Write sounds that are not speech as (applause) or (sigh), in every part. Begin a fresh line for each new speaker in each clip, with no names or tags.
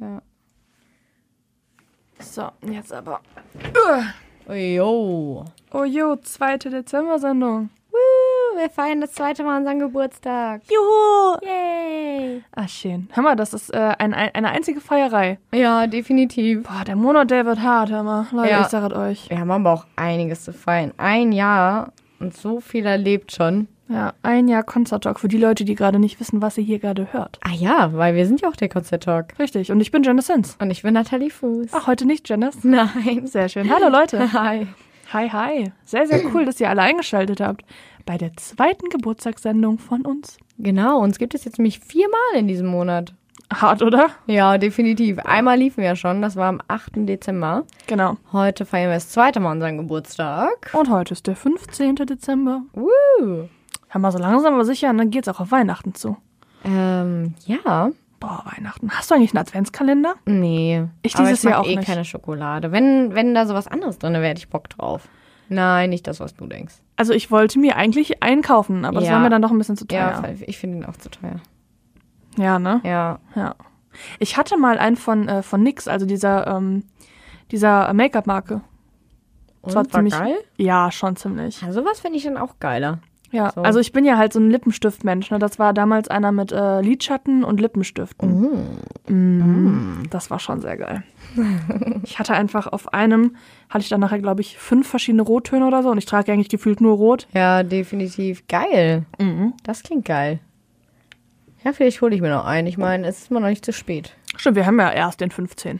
Ja.
So, jetzt aber.
Jo.
Oh jo, zweite Dezember-Sendung.
Woo, wir feiern das zweite Mal unseren Geburtstag.
Juhu!
Yay.
Ah, schön. Hör mal, das ist äh, ein, ein, eine einzige Feierei.
Ja, definitiv.
Boah, der Monat, der wird hart, hör mal. Leute,
Ja.
ich sag es euch.
Wir haben aber auch einiges zu feiern. Ein Jahr und so viel erlebt schon.
Ja, ein Jahr Konzerttalk für die Leute, die gerade nicht wissen, was ihr hier gerade hört.
Ah ja, weil wir sind ja auch der Konzert-Talk.
Richtig, und ich bin Janice Sins.
Und ich bin Nathalie Fuß.
Ach, heute nicht, Janice.
(laughs) nein. Sehr schön.
Hallo, Leute.
Hi.
(laughs) Hi, hi. Sehr, sehr cool, dass ihr alle eingeschaltet habt. Bei der zweiten Geburtstagssendung von uns.
Genau, uns gibt es jetzt nämlich viermal in diesem Monat.
Hart, oder?
Ja, definitiv. Einmal liefen wir schon, das war am 8. Dezember.
Genau.
Heute feiern wir das zweite Mal unseren Geburtstag.
Und heute ist der 15. Dezember.
Woo.
Hör mal, so langsam aber sicher, und dann geht's auch auf Weihnachten zu.
Ähm, ja.
Boah, Weihnachten. Hast du eigentlich einen Adventskalender?
Nee.
Ich
Aber
dieses
ich mag
Jahr auch
eh
nicht.
keine Schokolade. Wenn, wenn da sowas anderes drin wäre, hätte ich Bock drauf. Nein, nicht das, was du denkst.
Also ich wollte mir eigentlich einen kaufen, aber das
Ja.
war mir dann doch ein bisschen zu
Ja,
teuer.
voll. ich finde ihn auch zu teuer.
Ja, ne?
Ja.
Ja. Ich hatte mal einen von, äh, von NYX, also dieser, ähm, dieser Make-up-Marke.
Und
war ziemlich-
geil?
Ja, schon ziemlich.
Ja, sowas finde ich dann auch geiler.
Ja,
So.
also ich bin ja halt so ein Lippenstiftmensch. Ne? Das war damals einer mit äh, Lidschatten und Lippenstiften.
Oh.
Mm. Das war schon sehr geil. (laughs) ich hatte einfach auf einem, hatte ich dann nachher, glaube ich, fünf verschiedene Rottöne oder so. Und ich trage eigentlich gefühlt nur Rot.
Ja, definitiv. Geil.
Mhm.
Das klingt geil. Ja, vielleicht hole ich mir noch einen. Ich meine, es ist immer noch nicht zu spät.
Stimmt, wir haben ja erst den 15.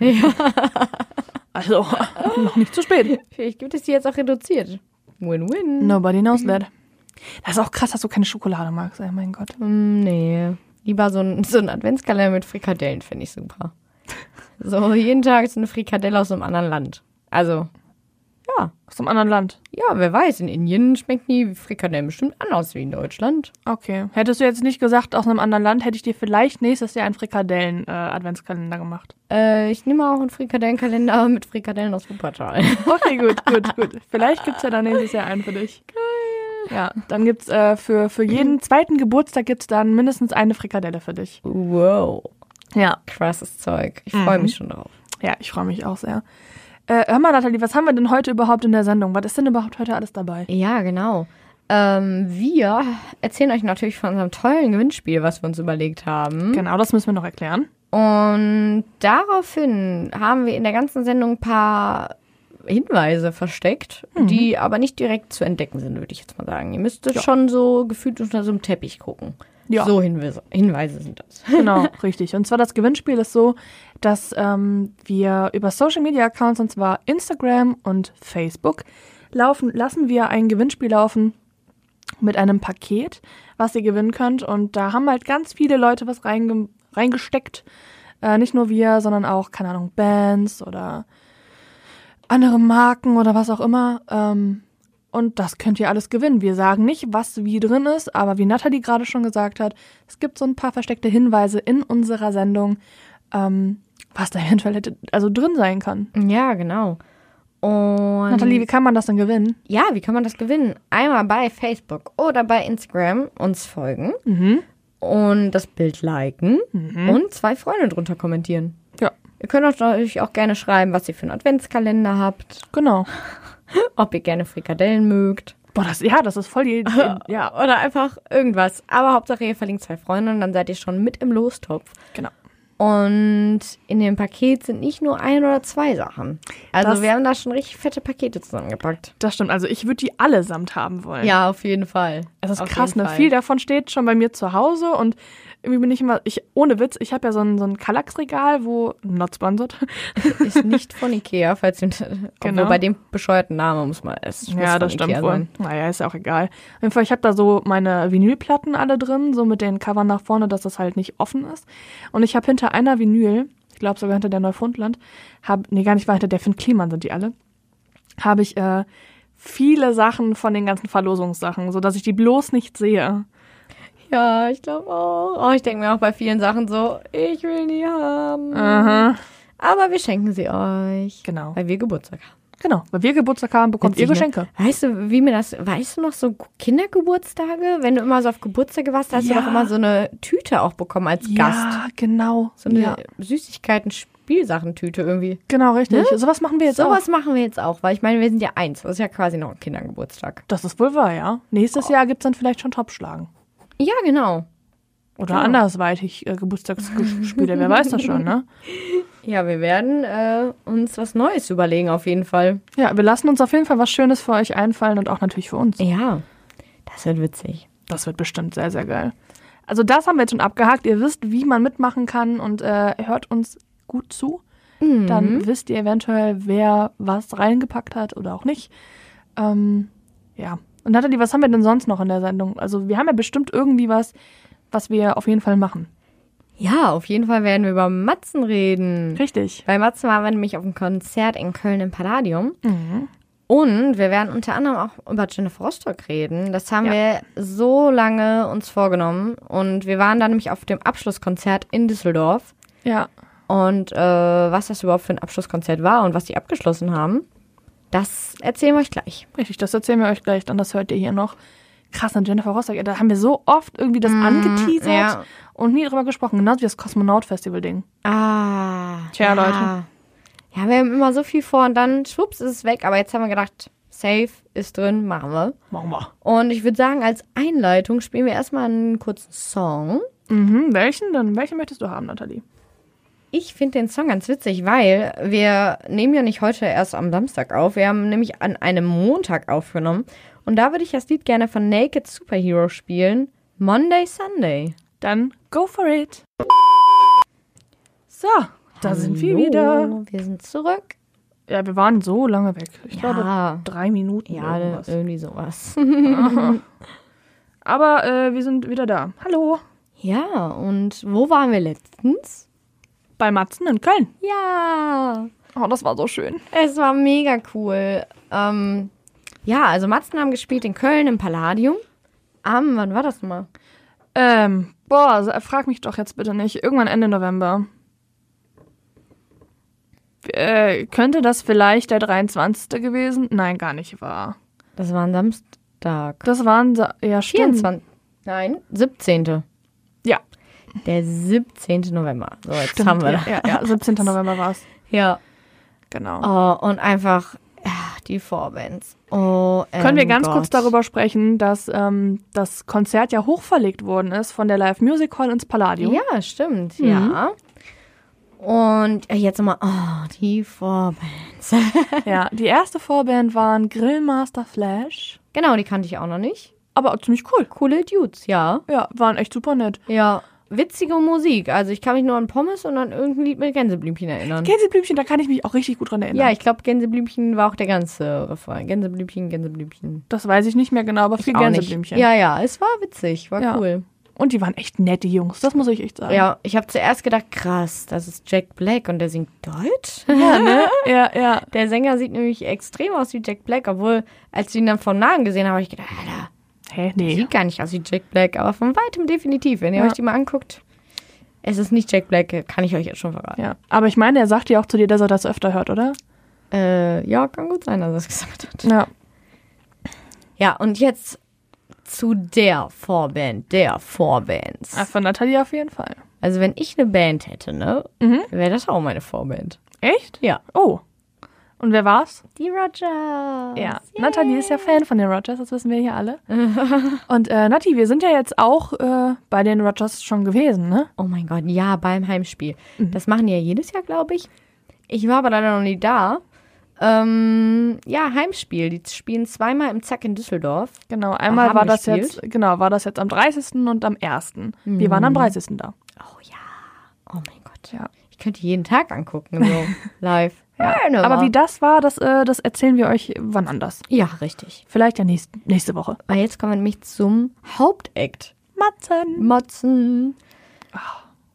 (laughs) Also, noch nicht zu spät.
(laughs) Vielleicht gibt es die jetzt auch reduziert. Win-win.
Nobody knows that. Das ist auch krass, dass du keine Schokolade magst, ey, mein Gott.
Hm, nee. Lieber so ein, so ein Adventskalender mit Frikadellen finde ich (laughs) super. So, jeden Tag ist eine Frikadelle aus einem anderen Land. Also, ja.
Aus einem anderen Land.
Ja, wer weiß, in Indien schmecken die Frikadellen bestimmt anders wie in Deutschland.
Okay. Hättest du jetzt nicht gesagt, aus einem anderen Land, hätte ich dir vielleicht nächstes Jahr einen Frikadellen-Adventskalender gemacht.
Äh, ich nehme auch einen Frikadellenkalender mit Frikadellen aus Wuppertal. (laughs)
Okay, gut, gut, gut. Vielleicht gibt's ja dann nächstes Jahr einen für dich. Geil. Ja, dann gibt's äh, für, für jeden zweiten Geburtstag gibt's dann mindestens eine Frikadelle für dich.
Wow.
Ja.
Krasses Zeug. Ich freue mich schon drauf.
Ja, ich freue mich auch sehr. Äh, hör mal, Nathalie, was haben wir denn heute überhaupt in der Sendung? Was ist denn überhaupt heute alles dabei?
Ja, genau. Ähm, wir erzählen euch natürlich von unserem tollen Gewinnspiel, was wir uns überlegt haben.
Genau, das müssen wir noch erklären.
Und daraufhin haben wir in der ganzen Sendung ein paar Hinweise versteckt,
Mhm.
die aber nicht direkt zu entdecken sind, würde ich jetzt mal sagen. Ihr müsstet schon so gefühlt unter so einem Teppich gucken.
Ja.
So Hinweise, Hinweise sind das. (laughs)
Genau, richtig. Und zwar das Gewinnspiel ist so, dass ähm, wir über Social Media Accounts, und zwar Instagram und Facebook, laufen, lassen wir ein Gewinnspiel laufen mit einem Paket, was ihr gewinnen könnt. Und da haben halt ganz viele Leute was reinge reingesteckt. Äh, nicht nur wir, sondern auch, keine Ahnung, Bands oder andere Marken oder was auch immer. Ähm, und das könnt ihr alles gewinnen. Wir sagen nicht, was wie drin ist, aber wie Nathalie gerade schon gesagt hat, es gibt so ein paar versteckte Hinweise in unserer Sendung, ähm, was da eventuell hätte, also drin sein kann.
Ja, genau. Und
Nathalie, wie kann man das denn gewinnen?
ja, wie kann man das gewinnen? Einmal bei Facebook oder bei Instagram uns folgen
Mhm.
und das Bild liken und zwei Freunde drunter kommentieren.
Ja,
Ihr könnt auch natürlich auch gerne schreiben, was ihr für einen Adventskalender habt,
genau.
ob ihr gerne Frikadellen mögt.
Boah, das, ja, das ist voll (laughs) die, die ja,
Ja, oder einfach irgendwas. Aber Hauptsache, ihr verlinkt zwei Freunde und dann seid ihr schon mit im Lostopf.
genau.
Und in dem Paket sind nicht nur ein oder zwei Sachen. Also
Das-
wir haben da schon richtig fette Pakete zusammengepackt.
Das stimmt. Also ich würde die allesamt haben wollen.
Ja, auf jeden Fall.
Es ist
Auf
krass,
jeden
ne?
Fall.
Viel davon steht schon bei mir zu Hause und irgendwie bin ich immer, ich, ohne Witz, ich habe ja so ein, so ein Kallax-Regal, wo, not sponsored,
ist nicht von
(laughs)
Ikea, falls ihr...
Genau.
Obwohl bei dem bescheuerten Namen muss man es muss
Ja,
von
das stimmt
Ikea
wohl.
sein.
Naja, ist ja auch egal. Auf jeden Fall, ich habe da so meine Vinylplatten alle drin, so mit den Covern nach vorne, dass das halt nicht offen ist. Und ich habe hinter einer Vinyl, ich glaube sogar hinter der Neufundland, hab, nee, gar nicht, war hinter der Finn Kliman sind die alle, habe ich äh, viele Sachen von den ganzen Verlosungssachen, sodass ich die bloß nicht sehe.
Ja, ich glaube auch. Oh, ich denke mir auch bei vielen Sachen so, ich will die haben.
Aha.
Aber wir schenken sie euch.
Genau.
Weil wir Geburtstag haben.
Genau, weil wir Geburtstag haben, bekommt ihr
Witzig, ne?
Geschenke.
Weißt du, wie mir das, weißt du noch so Kindergeburtstage? Wenn du immer so auf Geburtstage warst, da hast
Ja.
du doch immer so eine Tüte auch bekommen als Gast.
Ja, genau.
So eine
ja,
Süßigkeiten, Spielsachentüte irgendwie.
genau, richtig. Sowas machen wir jetzt auch.
Sowas machen wir jetzt auch, weil ich meine, wir sind ja eins. Das ist ja quasi noch ein Kindergeburtstag.
Das ist wohl wahr, ja. Nächstes Jahr gibt's dann vielleicht schon Topfschlagen.
Ja, genau.
Oder andersweitig äh, Geburtstagsspiele, wer weiß das schon, ne?
Ja, wir werden äh, uns was Neues überlegen auf jeden Fall.
(laughs) Ja, wir lassen uns auf jeden Fall was Schönes für euch einfallen und auch natürlich für uns.
Ja, das wird witzig.
Das wird bestimmt sehr, sehr geil. Also das haben wir jetzt schon abgehakt. Ihr wisst, wie man mitmachen kann und äh, hört uns gut zu. Dann wisst ihr eventuell, wer was reingepackt hat oder auch nicht. Ähm, ja. Und Nathalie, was haben wir denn sonst noch in der Sendung? Also wir haben ja bestimmt irgendwie was, was wir auf jeden Fall machen.
Ja, auf jeden Fall werden wir über Matzen reden.
Richtig.
Bei Matzen waren wir nämlich auf einem Konzert in Köln im Palladium. Und wir werden unter anderem auch über Jennifer Rostock reden. Das haben
Ja.
wir so lange uns vorgenommen. Und wir waren dann nämlich auf dem Abschlusskonzert in Düsseldorf.
Ja.
Und äh, was das überhaupt für ein Abschlusskonzert war und was die abgeschlossen haben, das erzählen wir euch gleich.
Richtig, das erzählen wir euch gleich, dann das hört ihr hier noch. Krass, an Jennifer Rostock, ey, da haben wir so oft irgendwie das angeteasert
Mhm, ja.
und nie drüber gesprochen. Genauso wie das Kosmonaut-Festival-Ding.
Ah.
Tja,
ja.
Leute.
Ja, wir haben immer so viel vor und dann schwupps ist es weg. Aber jetzt haben wir gedacht, safe ist drin, machen wir.
Machen wir.
Und ich würde sagen, als Einleitung spielen wir erstmal einen kurzen Song.
Mhm, welchen denn? Welchen möchtest du haben, Nathalie?
Ich finde den Song ganz witzig, weil wir nehmen ja nicht heute erst am Samstag auf. Wir haben nämlich an einem Montag aufgenommen. Und da würde ich das Lied gerne von Naked Superhero spielen. Monday, Sunday.
Dann go for it. So, da sind wir
Hallo,
wieder.
Wir sind zurück.
Ja, wir waren so lange weg. Ich
Ja.
glaube, drei Minuten.
Ja,
irgendwas.
irgendwie sowas. (laughs)
Aber äh, wir sind wieder da. Hallo.
ja, und wo waren wir letztens?
Bei Matzen in Köln.
Ja.
Oh, das war so schön.
Es war mega cool. Ähm, ja, also Matzen haben gespielt in Köln im Palladium. Am, wann war das nochmal?
Ähm, boah, sa- frag mich doch jetzt bitte nicht. Irgendwann Ende November. Äh, könnte das vielleicht der 23. gewesen? Nein, gar nicht wahr.
Das war ein Samstag.
Das waren, sa- ja, stimmt.
24. Nein, 17.
Ja,
Der 17. November. So, jetzt
stimmt.
haben wir
ja,
das.
ja, ja, 17. November war es.
(laughs) Ja.
Genau.
Oh, und einfach äh, die Vorbands. Oh,
Können wir
ähm,
ganz kurz
Gott.
darüber sprechen, dass ähm, das Konzert ja hochverlegt worden ist von der Live Music Hall ins Palladium?
Ja, stimmt.
Mhm.
Ja. Und äh, jetzt nochmal, oh, die Vorbands. (laughs)
ja. Die erste Vorband waren Grillmaster Flash,
genau, die kannte ich auch noch nicht.
aber ziemlich cool.
Coole Dudes, ja.
Ja, waren echt super nett.
Ja, witzige Musik. Also ich kann mich nur an Pommes und an irgendein Lied mit Gänseblümchen erinnern.
Gänseblümchen, da kann ich mich auch richtig gut dran erinnern.
ja, ich glaube, Gänseblümchen war auch der ganze Refrain. Gänseblümchen, Gänseblümchen.
das weiß ich nicht mehr genau, aber viel
Auch nicht.
Gänseblümchen.
Ja, ja, es war witzig, war
Ja.
cool.
Und die waren echt nette Jungs, das muss ich echt sagen.
Ja, ich habe zuerst gedacht, krass, das ist Jack Black und der singt
(laughs)
Deutsch.
ja, ne? ja, ja.
Der Sänger sieht nämlich extrem aus wie Jack Black, obwohl, als ich ihn dann von Nahen gesehen habe, habe ich gedacht, Alter,
Hä,
der
nee.
sieht gar nicht aus wie Jack Black, aber von weitem definitiv. Wenn ihr
Ja.
euch die mal anguckt, es ist nicht Jack Black, kann ich euch jetzt schon verraten.
Ja. Aber ich meine, er sagt ja auch zu dir, dass er das öfter hört, oder?
Äh, ja, kann gut sein, dass er es gesagt hat.
Ja.
Ja, und jetzt zu der Vorband, der Vorbands.
Ah, Von Natalia auf jeden Fall.
Also wenn ich eine Band hätte, ne,
Mhm.
wäre das auch meine Vorband.
Echt?
Ja.
Oh. Und wer war's?
Die Rogers.
Ja, Nathalie ist ja Fan von den Rogers, das wissen wir hier alle.
(laughs)
Und äh, Nati, wir sind ja jetzt auch äh, bei den Rogers schon gewesen, ne?
Oh mein Gott, ja, beim Heimspiel.
Mhm.
Das machen die ja jedes Jahr, glaube ich. Ich war aber leider noch nie da. Ähm, ja, Heimspiel. Die spielen zweimal im Zack in Düsseldorf.
Genau, einmal
Haben
war das
gespielt. Mhm.
jetzt, genau, war das jetzt am 30. und am 1. Wir waren am 30. da.
Oh ja. Oh mein Gott.
Ja.
Ich könnte jeden Tag
(laughs)
angucken, so live. Ja,
Aber wie das war, das, äh, das erzählen wir euch wann anders.
Ja, richtig.
Vielleicht ja nächst, nächste Woche.
Weil jetzt kommen wir nämlich zum Hauptakt.
Matzen.
Motzen.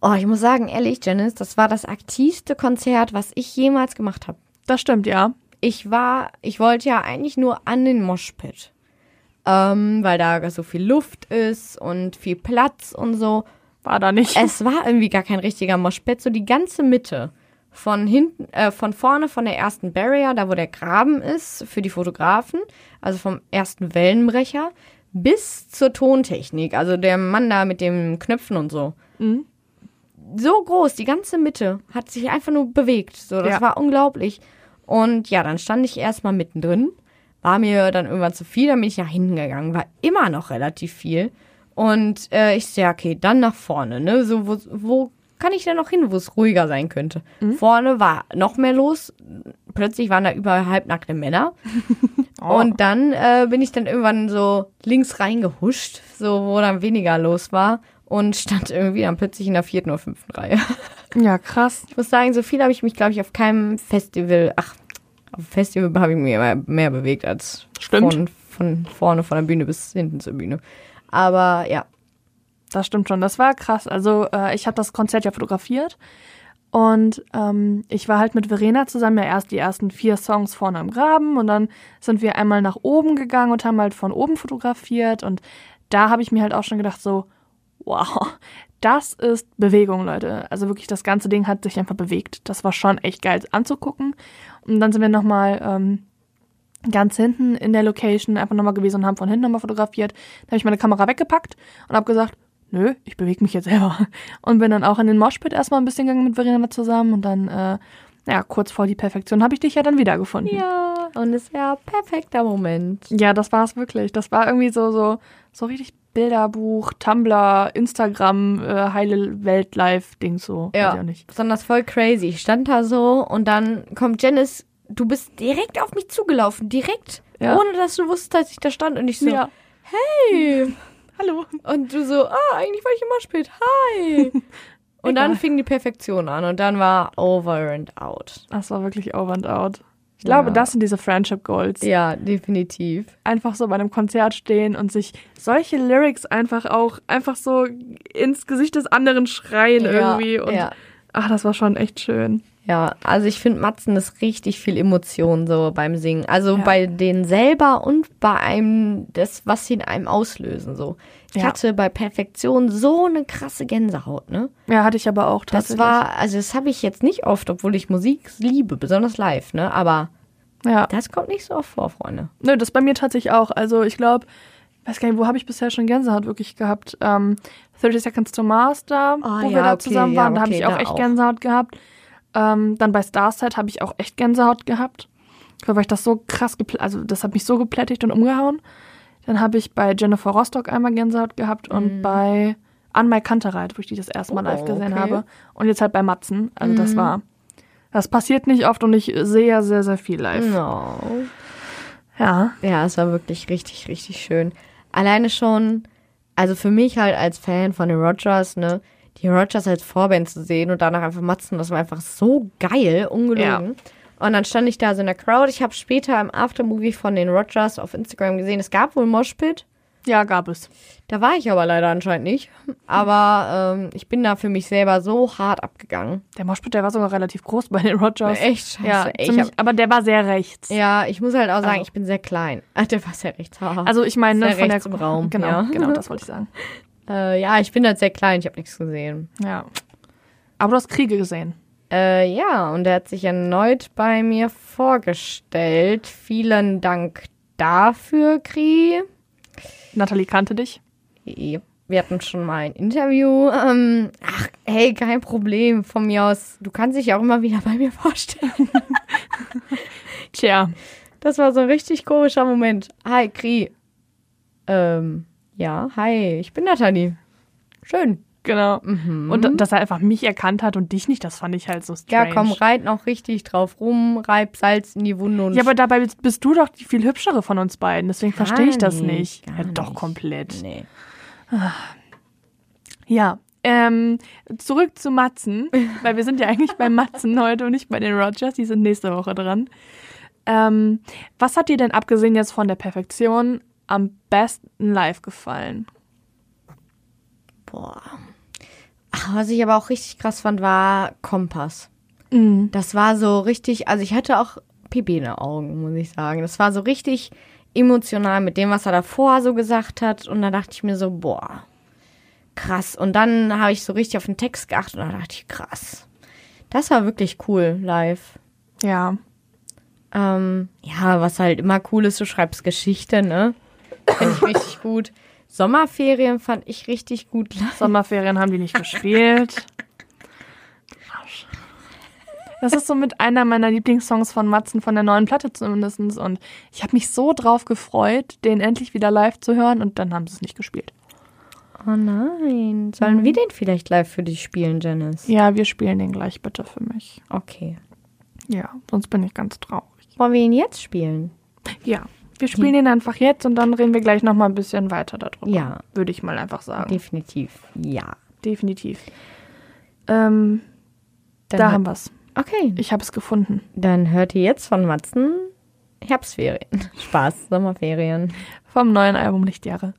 Oh, ich muss sagen, ehrlich, Janice, das war das aktivste Konzert, was ich jemals gemacht habe.
Das stimmt, ja.
Ich war, ich wollte ja eigentlich nur an den Moshpit. Ähm, weil da so viel Luft ist und viel Platz und so.
War da nicht.
Es war irgendwie gar kein richtiger Moshpit, so die ganze Mitte von hinten, äh, von vorne von der ersten Barrier, da wo der Graben ist, für die Fotografen, also vom ersten Wellenbrecher, bis zur Tontechnik, also der Mann da mit den Knöpfen und so. So groß, die ganze Mitte hat sich einfach nur bewegt. So, das
Ja.
war unglaublich. Und ja, dann stand ich erstmal mittendrin, war mir dann irgendwann zu viel, dann bin ich nach hinten gegangen, war immer noch relativ viel. Und äh, ich so, ja, okay, dann nach vorne, ne? So, wo, wo kann ich denn noch hin, wo es ruhiger sein könnte? Vorne war noch mehr los. Plötzlich waren da überall halbnackte Männer.
Oh.
Und dann äh, bin ich dann irgendwann so links reingehuscht, so wo dann weniger los war und stand irgendwie dann plötzlich in der vierten oder fünften Reihe.
Ja, krass.
Ich muss sagen, so viel habe ich mich, glaube ich, auf keinem Festival, ach, auf dem Festival habe ich mich immer mehr bewegt als
Stimmt.
Von, von vorne von der Bühne bis hinten zur Bühne. Aber ja,
Das stimmt schon. Das war krass. Also äh, ich habe das Konzert ja fotografiert und ähm, ich war halt mit Verena zusammen ja erst die ersten vier Songs vorne am Graben und dann sind wir einmal nach oben gegangen und haben halt von oben fotografiert und da habe ich mir halt auch schon gedacht so, wow, das ist Bewegung, Leute. Also wirklich das ganze Ding hat sich einfach bewegt. Das war schon echt geil anzugucken. Und dann sind wir nochmal... Ähm, ganz hinten in der Location einfach nochmal gewesen und haben von hinten nochmal fotografiert. Da habe ich meine Kamera weggepackt und habe gesagt, nö, ich bewege mich jetzt selber. (laughs) Und bin dann auch in den Moshpit erstmal ein bisschen gegangen mit Verena zusammen und dann, äh, ja, kurz vor die Perfektion habe ich dich ja dann wiedergefunden.
ja, und es wäre perfekter Moment.
Ja, das war es wirklich. Das war irgendwie so, so, so richtig Bilderbuch, Tumblr, Instagram, äh, heile Weltlife-Ding so. Weiß ich
Ja,
auch nicht.
besonders voll crazy. Ich stand da so und dann kommt Janice, du bist direkt auf mich zugelaufen, direkt,
Ja.
ohne dass du wusstest, dass ich da stand und ich so,
Ja.
hey.
Hallo.
Und du so, ah, eigentlich war ich immer spät,
(laughs)
hi. und dann
Egal.
fing die Perfektion an und dann war over and out.
Das war wirklich over and out. Ich glaube,
Ja.
das sind diese Friendship Goals.
Ja, definitiv.
einfach so bei einem Konzert stehen und sich solche Lyrics einfach auch einfach so ins Gesicht des anderen schreien irgendwie. Und
ja.
ach, das war schon echt schön.
Ja, also ich finde, Matzen ist richtig viel Emotion so beim Singen. Also
Ja.
bei denen selber und bei einem, das, was sie in einem auslösen so. Ich
Ja.
hatte bei Perfektion so eine krasse Gänsehaut, ne?
Ja, hatte ich aber auch
Das
tatsächlich.
war, also das habe ich jetzt nicht oft, obwohl ich Musik liebe, besonders live, ne? Aber
ja.
das kommt nicht so oft vor, Freunde.
Nö, das bei mir tatsächlich auch. Also ich glaube, weiß gar nicht, wo habe ich bisher schon Gänsehaut wirklich gehabt? Ähm, 30 Seconds to Master,
Ah,
wo
ja,
wir da
okay,
zusammen
ja,
waren, da habe
okay,
ich auch
da
echt
auch.
Gänsehaut gehabt. Ähm, dann bei Starset habe ich auch echt Gänsehaut gehabt. Ich glaube, weil ich das so krass, gepl- also das hat mich so geplättigt und umgehauen. Dann habe ich bei Jennifer Rostock einmal Gänsehaut gehabt und bei An My Kantereit, wo ich die das erste Mal
Mhm. Oh,
live gesehen
okay. Mhm.
habe. Und jetzt halt bei Matzen. Also das war, das passiert nicht oft und ich sehe ja sehr, sehr viel live.
No.
Ja.
Ja, es war wirklich richtig, richtig schön. Alleine schon, also für mich halt als Fan von den Rogers, ne, die Rogers als Vorband zu sehen und danach einfach Matzen, das war einfach so geil, ungelogen. Und dann stand ich da so in der Crowd. Ich habe später im Aftermovie von den Rogers auf Instagram gesehen, es gab wohl Moshpit.
Ja, gab es.
Da war ich aber leider anscheinend nicht. Aber ähm, ich bin da für mich selber so hart abgegangen.
Der Moshpit, der war sogar relativ groß bei den Rogers.
Echt scheiße.
Ja,
ey, ich
ziemlich,
hab,
aber der war sehr rechts.
ja, ich muss halt auch sagen,
Also-
ich bin sehr klein. (laughs) Ach, der war sehr recht hart.
Also ich meine, ne,
Sehr
von der
rechts im Raum,
Genau,
ja.
genau, das wollte ich sagen.
Äh, ja, ich bin halt sehr klein, ich habe nichts gesehen.
Ja. Aber du hast Kriege gesehen.
Äh, ja, und er hat sich erneut bei mir vorgestellt. Vielen Dank dafür, Kri.
Nathalie kannte dich.
Wir hatten schon mal ein Interview. Ähm, ach, hey, kein Problem von mir aus. Du kannst dich ja auch immer wieder bei mir (laughs) vorstellen.
Tja.
Das war so ein richtig komischer Moment. Hi, Kri. Ähm, ja, hi, ich bin Nathalie. Schön.
Genau. Und dass er einfach mich erkannt hat und dich nicht, das fand ich halt so strange.
mhm. Ja, komm, reit noch richtig drauf rum, reib Salz in die Wunde und
Ja, aber dabei bist du doch die viel hübschere von uns beiden, deswegen
Gar
verstehe ich das
nicht,
nicht.
gar
Ja, doch,
nicht.
komplett.
Nee.
Ja. Ähm, zurück zu Matzen, weil wir sind ja eigentlich bei Matzen heute und nicht bei den Rogers, die sind nächste Woche dran. Ähm, was hat dir denn abgesehen jetzt von der Perfektion am besten live gefallen?
Boah. Ach, Was ich aber auch richtig krass fand, war Kompass. Das war so richtig, also ich hatte auch Pipi in den Augen, muss ich sagen. Das war so richtig emotional mit dem, was er davor so gesagt hat. Und da dachte ich mir so, boah, krass. Und dann habe ich so richtig auf den Text geachtet und da dachte ich, krass. Das war wirklich cool live.
Ja.
Ähm, ja, was halt immer cool ist, du schreibst Geschichte, ne? Finde ich richtig gut. Sommerferien fand ich richtig gut.
Sommerferien haben die nicht gespielt. Arsch. Das ist so mit einer meiner Lieblingssongs von Matzen von der neuen Platte zumindest. Und ich habe mich so drauf gefreut, den endlich wieder live zu hören und dann haben sie es nicht gespielt.
Oh nein. Sollen wir den vielleicht live für dich spielen, Janice?
Ja, wir spielen den gleich bitte für mich.
Okay.
Ja, sonst bin ich ganz traurig.
Wollen wir ihn jetzt spielen?
Ja, wir spielen den einfach jetzt und dann reden wir gleich nochmal ein bisschen weiter darüber.
Ja.
Würde ich mal einfach sagen.
Definitiv. Ja.
Definitiv. Ähm, da
Dann hör-
haben wir's.
Okay.
Ich habe es gefunden.
Dann hört ihr jetzt von Matzen Herbstferien. (laughs) Spaß, Sommerferien.
Vom neuen Album Lichtjahre.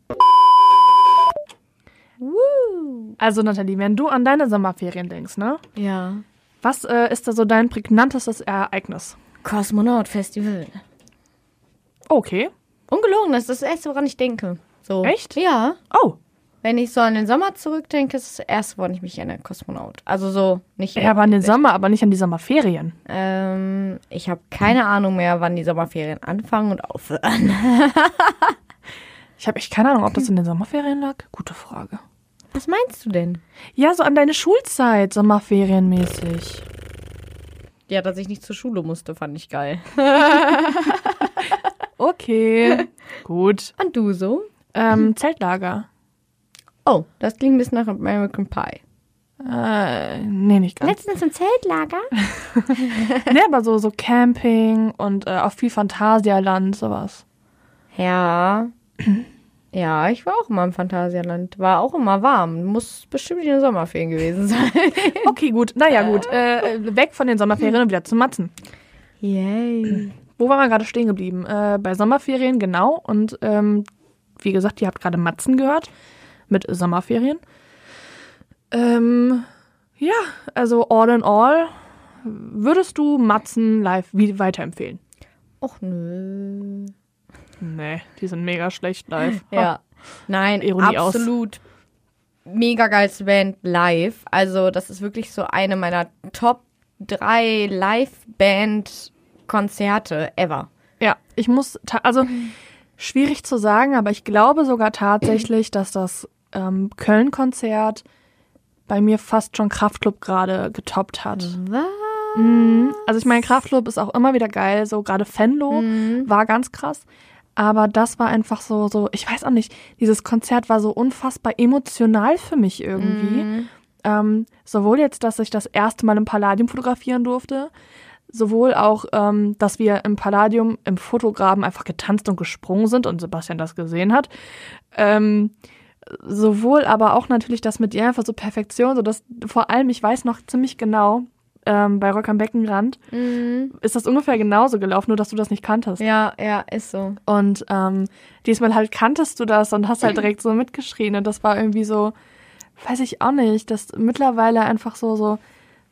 Also Nathalie, wenn du an deine Sommerferien denkst, ne?
Ja.
Was äh, ist da so dein prägnantestes Ereignis?
Kosmonaut Festival.
Okay.
Ungelogen, das ist das Erste, woran ich denke. So.
Echt?
Ja.
Oh.
Wenn ich so an den Sommer zurückdenke, ist das Erste, woran ich mich erinnere, Kosmonaut. Also so, nicht.
Ja, aber an den Sommer, aber nicht an die Sommerferien.
Ähm, ich habe keine Ahnung mehr, wann die Sommerferien anfangen und aufhören.
Ich habe echt keine Ahnung, ob das in den Sommerferien lag. Gute Frage.
Was meinst du denn?
Ja, so an deine Schulzeit, Sommerferienmäßig.
Ja, dass ich nicht zur Schule musste, fand ich geil.
(laughs) Okay. Gut.
Und du so?
Ähm, Zeltlager.
Oh, das klingt ein bisschen nach American Pie.
Äh, nee, nicht (laughs) ganz.
Letztens im Zeltlager?
Nee, aber so, so Camping und äh, auch viel Phantasialand, sowas.
(laughs) Ja. Ja, ich war auch immer im Phantasialand. War auch immer warm. Muss bestimmt in den Sommerferien gewesen sein.
Okay, gut. Naja, gut. Äh, äh, weg von den Sommerferien und wieder zu Matzen.
(laughs) Yay.
Wo waren wir gerade stehen geblieben? Äh, bei Sommerferien, genau. Und ähm, wie gesagt, ihr habt gerade Matzen gehört mit Sommerferien. Ähm, ja, also all in all, würdest du Matzen live wie weiterempfehlen?
Och nö.
Nee, die sind mega schlecht live.
Ja. Nein,
Ironie aus.
absolut mega geilste Band live. Also, das ist wirklich so eine meiner Top 3 Live-Band-Konzerte ever.
Ja, ich muss, ta- also schwierig zu sagen, aber ich glaube sogar tatsächlich, dass das ähm, Köln-Konzert bei mir fast schon Kraftclub gerade getoppt hat. Mhm. Also ich meine, Kraftclub ist auch immer wieder geil, so gerade Fenlo war ganz krass. Aber das war einfach so, so, ich weiß auch nicht, dieses Konzert war so unfassbar emotional für mich irgendwie. Ähm, sowohl jetzt, dass ich das erste Mal im Palladium fotografieren durfte, sowohl auch, ähm, dass wir im Palladium im Fotograben einfach getanzt und gesprungen sind und Sebastian das gesehen hat. Ähm, sowohl aber auch natürlich das mit ihr einfach so Perfektion, so dass vor allem, ich weiß noch ziemlich genau, ähm, bei Rock am Beckenrand ist das ungefähr genauso gelaufen, nur dass du das nicht kanntest.
Mhm. Ja, ja, ist so.
Und ähm, diesmal halt kanntest du das und hast halt direkt so mitgeschrien. Und das war irgendwie so, weiß ich auch nicht, das mittlerweile einfach so, so,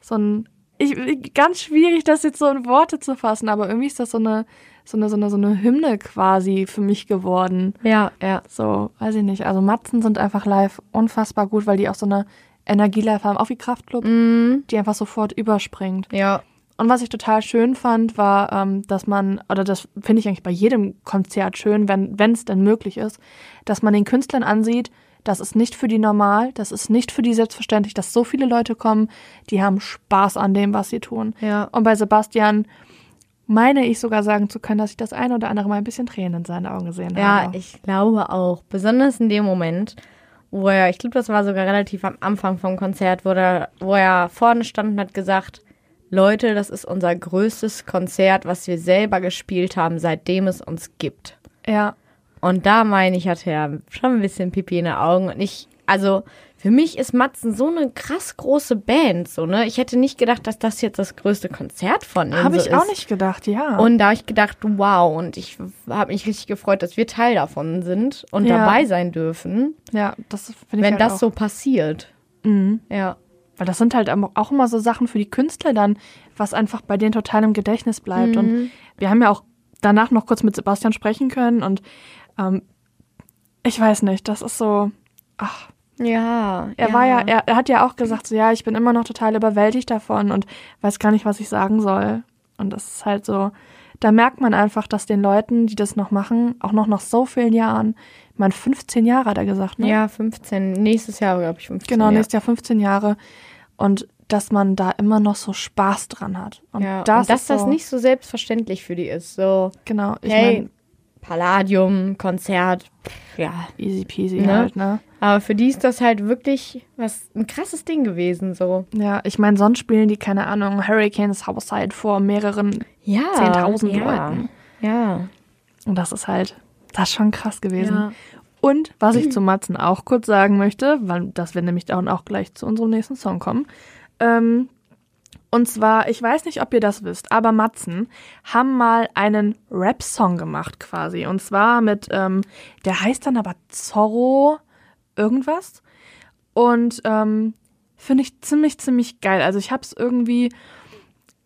so ein. Ich, ich- ganz schwierig, das jetzt so in Worte zu fassen, aber irgendwie ist das so eine, so eine, so eine, so eine Hymne quasi für mich geworden.
Ja, ja.
So, weiß ich nicht. Also Matzen sind einfach live unfassbar gut, weil die auch so eine Energie live haben, auch wie Kraftclub, die einfach sofort überspringt.
Ja.
Und was ich total schön fand, war, ähm, dass man, oder das finde ich eigentlich bei jedem Konzert schön, wenn wenn es denn möglich ist, dass man den Künstlern ansieht, das ist nicht für die normal, das ist nicht für die selbstverständlich, dass so viele Leute kommen, die haben Spaß an dem, was sie tun.
Ja.
Und bei Sebastian meine ich sogar sagen zu können, dass ich das ein oder andere Mal ein bisschen Tränen in seinen Augen gesehen
Ja,
habe.
ich glaube auch. Besonders in dem Moment, wo er, ich glaube, das war sogar relativ am Anfang vom Konzert, wo er, wo er vorne stand und hat gesagt, Leute, das ist unser größtes Konzert, was wir selber gespielt haben, seitdem es uns gibt.
Ja,
Und da meine ich, hatte er schon ein bisschen Pipi in den Augen. Und ich, also für mich ist Matzen so eine krass große Band, so, ne? Ich hätte nicht gedacht, dass das jetzt das größte Konzert von ihm
habe
so
ich auch
ist.
nicht gedacht, ja.
Also Und da habe ich gedacht, wow, und ich habe mich richtig gefreut, dass wir Teil davon sind und
Ja.
dabei sein dürfen,
ja, das finde ich
wenn
halt
das
auch. Mhm.
so passiert. Ja.
Weil das sind halt am- auch immer so Sachen für die Künstler dann, was einfach bei denen total im Gedächtnis bleibt. Und wir haben ja auch danach noch kurz mit Sebastian sprechen können und ähm, ich weiß nicht, das ist so, ach,
Ja.
Er war ja, er, er hat ja auch gesagt, so ja, ich bin immer noch total überwältigt davon und weiß gar nicht, was ich sagen soll. Und das ist halt so, da merkt man einfach, dass den Leuten, die das noch machen, auch noch nach so vielen Jahren, man 15 Jahre hat er gesagt, ne?
Ja, 15. Nächstes Jahr, glaube ich, 15.
Genau,
ja.
nächstes Jahr 15 Jahre. Und dass man da immer noch so Spaß dran hat. Und
Ja.
das
und dass
ist so,
das nicht so selbstverständlich für die ist. So,
Genau, ich
hey,
meine,
Palladium, Konzert, pff, ja.
easy peasy
Ne?
halt, ne?
Aber für die ist das halt wirklich was ein krasses Ding gewesen, so.
Ja, ich meine, sonst spielen die, keine Ahnung, Hurricanes Houseside vor mehreren.
Ja.
10.000
ja.
Leuten.
Ja.
Und das ist halt, das ist schon krass gewesen. Und was ich zu Matzen auch kurz sagen möchte, weil das wir nämlich dann auch gleich zu unserem nächsten Song kommen. Ähm, und zwar, ich weiß nicht, ob ihr das wisst, aber Matzen haben mal einen Rap-Song gemacht quasi. Und zwar mit, ähm, der heißt dann aber Zorro irgendwas. Und ähm, finde ich ziemlich, ziemlich geil. Also ich habe es irgendwie,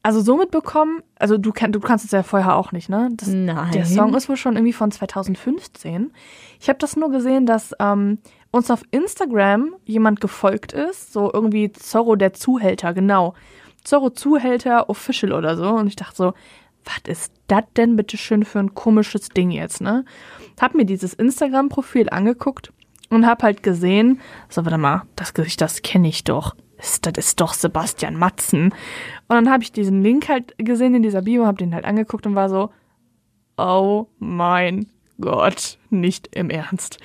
also so mitbekommen, also du, kann, du kannst es ja vorher auch nicht, ne? Das,
Nein.
Der Song ist wohl schon irgendwie von 2015. Ich habe das nur gesehen, dass ähm, uns auf Instagram jemand gefolgt ist, so irgendwie Zorro der Zuhälter, genau. Zorro Zuhälter Official oder so. Und ich dachte so, was ist das denn bitte schön für ein komisches Ding jetzt, ne? Hab mir dieses Instagram-Profil angeguckt und hab halt gesehen, so warte mal, das Gesicht, das kenne ich doch. Ist- Das ist doch Sebastian Matzen. Und dann habe ich diesen Link halt gesehen in dieser Bio, habe den halt angeguckt und war so, oh mein Gott, nicht im Ernst.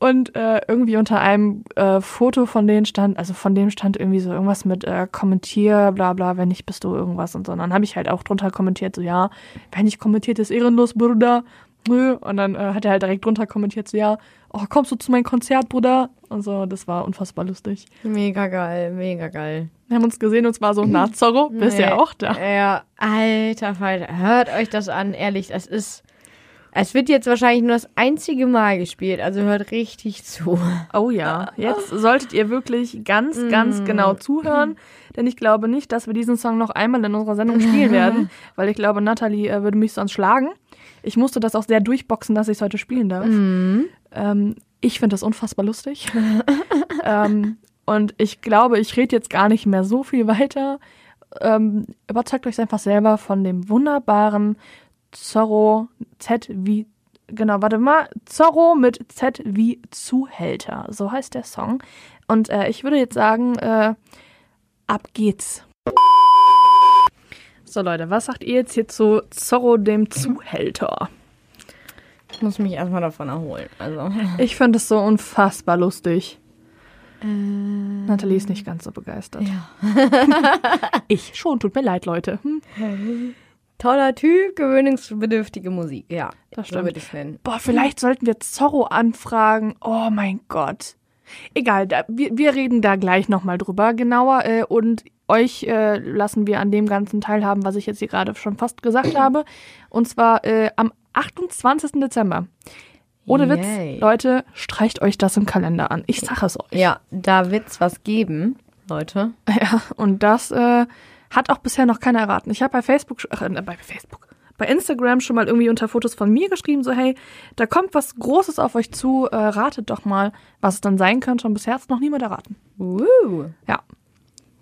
Und äh, irgendwie unter einem äh, Foto von denen stand, also von dem stand irgendwie so irgendwas mit äh, kommentier, bla bla, wenn nicht, bist du irgendwas und so. Und dann habe ich halt auch drunter kommentiert, so ja, wenn nicht kommentiert, ist ehrenlos, Bruder. Nö. Und dann äh, hat er halt direkt drunter kommentiert, so ja, oh, kommst du zu meinem Konzert, Bruder? Und so, das war unfassbar lustig.
mega geil, mega geil.
Wir haben uns gesehen und es war so, na Zorro, bist ja
Nee.
auch da.
Ja, alter Falter. Hört euch das an, ehrlich. Es ist. Es wird jetzt wahrscheinlich nur das einzige Mal gespielt, also hört richtig zu.
Oh ja, jetzt solltet ihr wirklich ganz, ganz genau zuhören, denn ich glaube nicht, dass wir diesen Song noch einmal in unserer Sendung spielen werden, weil ich glaube, Natalie äh, würde mich sonst schlagen. Ich musste das auch sehr durchboxen, dass ich es heute spielen darf. Ähm, ich finde das unfassbar lustig. ähm, und ich glaube, ich rede jetzt gar nicht mehr so viel weiter. Ähm, überzeugt euch einfach selber von dem wunderbaren Zorro Z wie genau, warte mal, Zorro mit Z wie Zuhälter, so heißt der Song. Und äh, ich würde jetzt sagen, äh, ab geht's. So Leute, was sagt ihr jetzt hier zu Zorro dem Zuhälter?
Ich muss mich erstmal davon erholen. Also.
Ich finde es so unfassbar lustig.
Äh,
Nathalie ist nicht ganz so begeistert.
ja.
(laughs) Ich schon, tut mir leid, Leute. Hm.
Toller Typ, gewöhnungsbedürftige Musik. Ja,
Das
so
stimmt.
würde ich nennen.
Boah, vielleicht sollten wir Zorro anfragen. Oh mein Gott. Egal, da, wir, wir reden da gleich nochmal drüber genauer äh, und euch äh, lassen wir an dem Ganzen teilhaben, was ich jetzt hier gerade schon fast gesagt habe. Und zwar äh, am 28. Dezember. Ohne
Yay.
Witz, Leute, streicht euch das im Kalender an. Ich sage es euch.
Ja, da wird's was geben, Leute.
(laughs) Ja, und das äh, hat auch bisher noch keiner erraten. Ich habe bei Facebook, sch- ach, äh, bei Facebook, bei Instagram schon mal irgendwie unter Fotos von mir geschrieben, so hey, da kommt was Großes auf euch zu, äh, ratet doch mal, was es dann sein könnte. Und bisher hat es noch niemand erraten.
Uh.
Ja,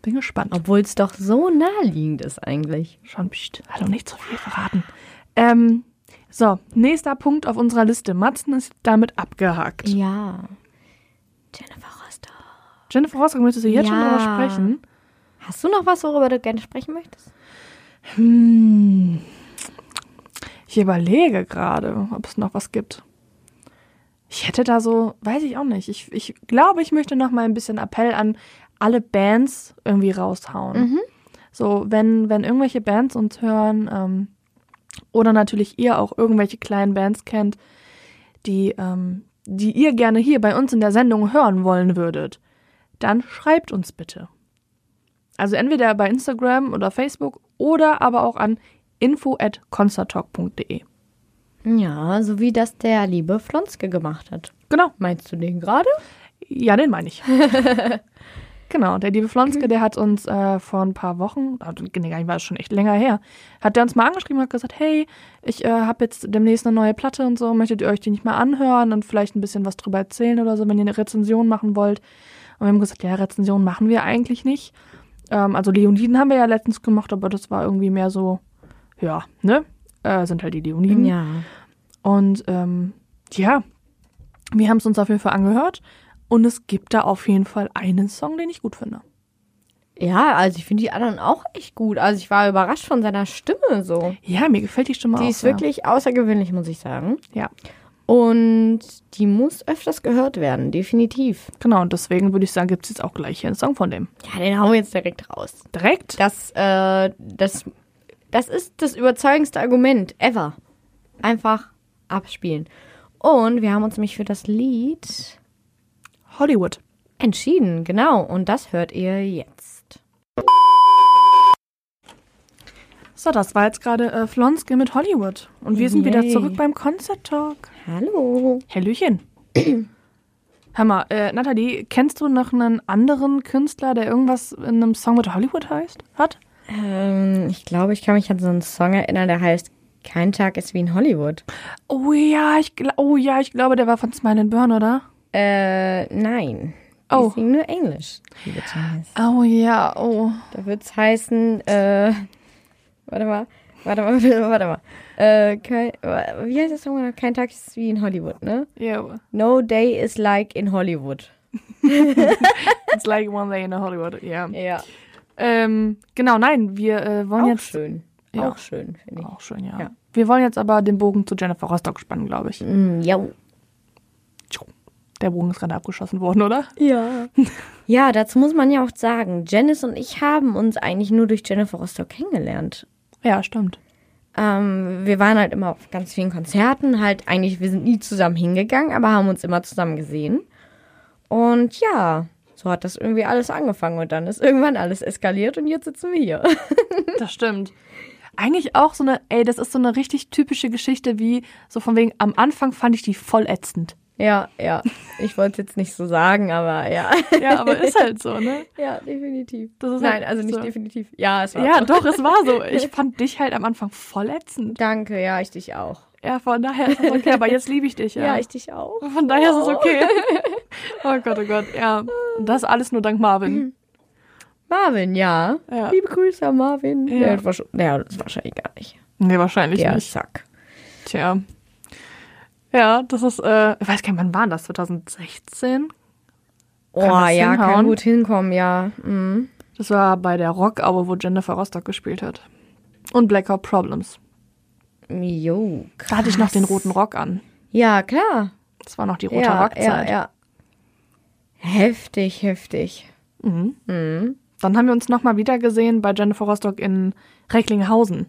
bin gespannt.
Obwohl es doch so naheliegend ist eigentlich.
Schon, pst, hallo, nicht so viel verraten. Ähm, so, nächster Punkt auf unserer Liste. Matzen ist damit abgehakt.
Ja. Jennifer Rostock.
Jennifer Rostock, möchtest du jetzt schon
Ja.
drüber sprechen?
Hast du noch was, worüber du gerne sprechen möchtest?
Hm. Ich überlege gerade, ob es noch was gibt. Ich hätte da so, weiß ich auch nicht. Ich, ich glaube, ich möchte noch mal ein bisschen Appell an alle Bands irgendwie raushauen. So, wenn, wenn irgendwelche Bands uns hören ähm, oder natürlich ihr auch irgendwelche kleinen Bands kennt, die, ähm, die ihr gerne hier bei uns in der Sendung hören wollen würdet, dann schreibt uns bitte. Also entweder bei Instagram oder Facebook oder aber auch an info@konzerttalk.de.
Ja, so wie das der liebe Flonske gemacht hat.
Genau,
Meinst du den gerade?
ja, den meine ich. Genau, der liebe Flonske, der hat uns äh, vor ein paar Wochen, also, nee, gar nicht, war schon echt länger her, hat der uns mal angeschrieben und hat gesagt, hey, ich äh, habe jetzt demnächst eine neue Platte und so, möchtet ihr euch die nicht mal anhören und vielleicht ein bisschen was drüber erzählen oder so, wenn ihr eine Rezension machen wollt. Und wir haben gesagt, ja, Rezension machen wir eigentlich nicht. Ähm, also Leoniden haben wir ja letztens gemacht, aber das war irgendwie mehr so, ja, ne? Äh, sind halt die Leoniden.
Ja.
Und ähm, ja, wir haben es uns auf jeden Fall angehört. Und es gibt da auf jeden Fall einen Song, den ich gut finde.
Ja, also ich finde die anderen auch echt gut. Also ich war überrascht von seiner Stimme so.
Ja, mir gefällt die Stimme auch.
Die ist
sehr.
wirklich außergewöhnlich, muss ich sagen.
Ja,
Und die muss öfters gehört werden, definitiv.
genau. Und deswegen würde ich sagen, gibt es jetzt auch gleich hier einen Song von dem.
Ja, den hauen wir jetzt direkt raus.
Direkt?
Das, äh, das, das ist das überzeugendste Argument ever. Einfach abspielen. Und wir haben uns nämlich für das Lied
Hollywood.
entschieden, genau. Und das hört ihr jetzt.
So, das war jetzt gerade äh, Flonske mit Hollywood. Und wir sind wieder
Yay.
zurück beim Concert Talk.
Hallo.
(clears throat) Hallöchen. Hör mal, äh, Nathalie, kennst du noch einen anderen Künstler, der irgendwas in einem Song mit Hollywood heißt? Hat?
Ähm, ich glaube, ich kann mich an so einen Song erinnern, der heißt Kein Tag ist wie in Hollywood.
Oh ja, ich, gla- oh ja, ich glaube, der war von Smile and Burn, oder?
Äh, nein.
Oh.
Ich singe nur Englisch. liebe Janice.
Oh ja, oh.
Da wird's heißen, äh, warte mal, warte mal, (laughs) warte mal. Äh, kein, wa- wie heißt das nochmal? Kein Tag ist wie in Hollywood, ne?
Yeah,
No day is like in Hollywood.
it's like one day in Hollywood, yeah.
Ja,
Ähm, genau, nein, wir äh, wollen
auch
jetzt.
schön.
Ja.
Auch schön, finde ich.
Auch schön, ja.
Ja.
Wir wollen jetzt aber den Bogen zu Jennifer Rostock spannen, glaube ich.
Mm, ja.
Der Bogen ist gerade abgeschossen worden, oder?
Ja. (laughs) ja, dazu muss man ja auch sagen, Janice und ich haben uns eigentlich nur durch Jennifer Rostock kennengelernt.
Ja, stimmt.
Ähm, wir waren halt immer auf ganz vielen Konzerten, halt eigentlich, wir sind nie zusammen hingegangen, aber haben uns immer zusammen gesehen. Und ja, so hat das irgendwie alles angefangen und dann ist irgendwann alles eskaliert und jetzt sitzen wir hier. (laughs)
Das stimmt. Eigentlich auch so eine, ey, das ist so eine richtig typische Geschichte wie, so von wegen, am Anfang fand ich die voll ätzend.
Ja, ja. Ich wollte es jetzt nicht so sagen, aber ja.
Ja, aber ist halt so, ne?
(laughs) Ja, definitiv.
Das ist
Nein,
halt
also nicht
so.
definitiv. Ja, es
(laughs)
war
Ja,
so.
doch, es war so. Ich fand dich halt am Anfang voll ätzend.
Danke, ja, ich dich auch.
Ja, von daher ist es okay, aber jetzt liebe ich (laughs) dich, ja.
Ja, ich dich auch.
von daher ist es
(laughs)
okay. Oh Gott, oh Gott, ja. Und das alles nur dank
Mhm.
Marvin.
Marvin, ja.
Ja.
Liebe Grüße, an Marvin.
Ja.
Ja, das war schon, ja, das war wahrscheinlich gar nicht.
Nee, wahrscheinlich
Der
nicht.
Sack.
Tja. Ja, das ist, äh, ich weiß gar nicht, wann war das? 2016?
Oh
das
ja,
hinhauen?
kann gut hinkommen, ja. Mhm.
Das war bei der Rockaue, wo Jennifer Rostock gespielt hat. Und Blackout Problems.
Jo, krass.
Da hatte ich noch den roten Rock an.
Ja, klar.
Das war noch die rote
Ja, ja,
Rockzeit.
ja. Heftig, heftig.
Mhm.
Mhm.
Dann haben wir uns nochmal wieder gesehen bei Jennifer Rostock in Recklinghausen.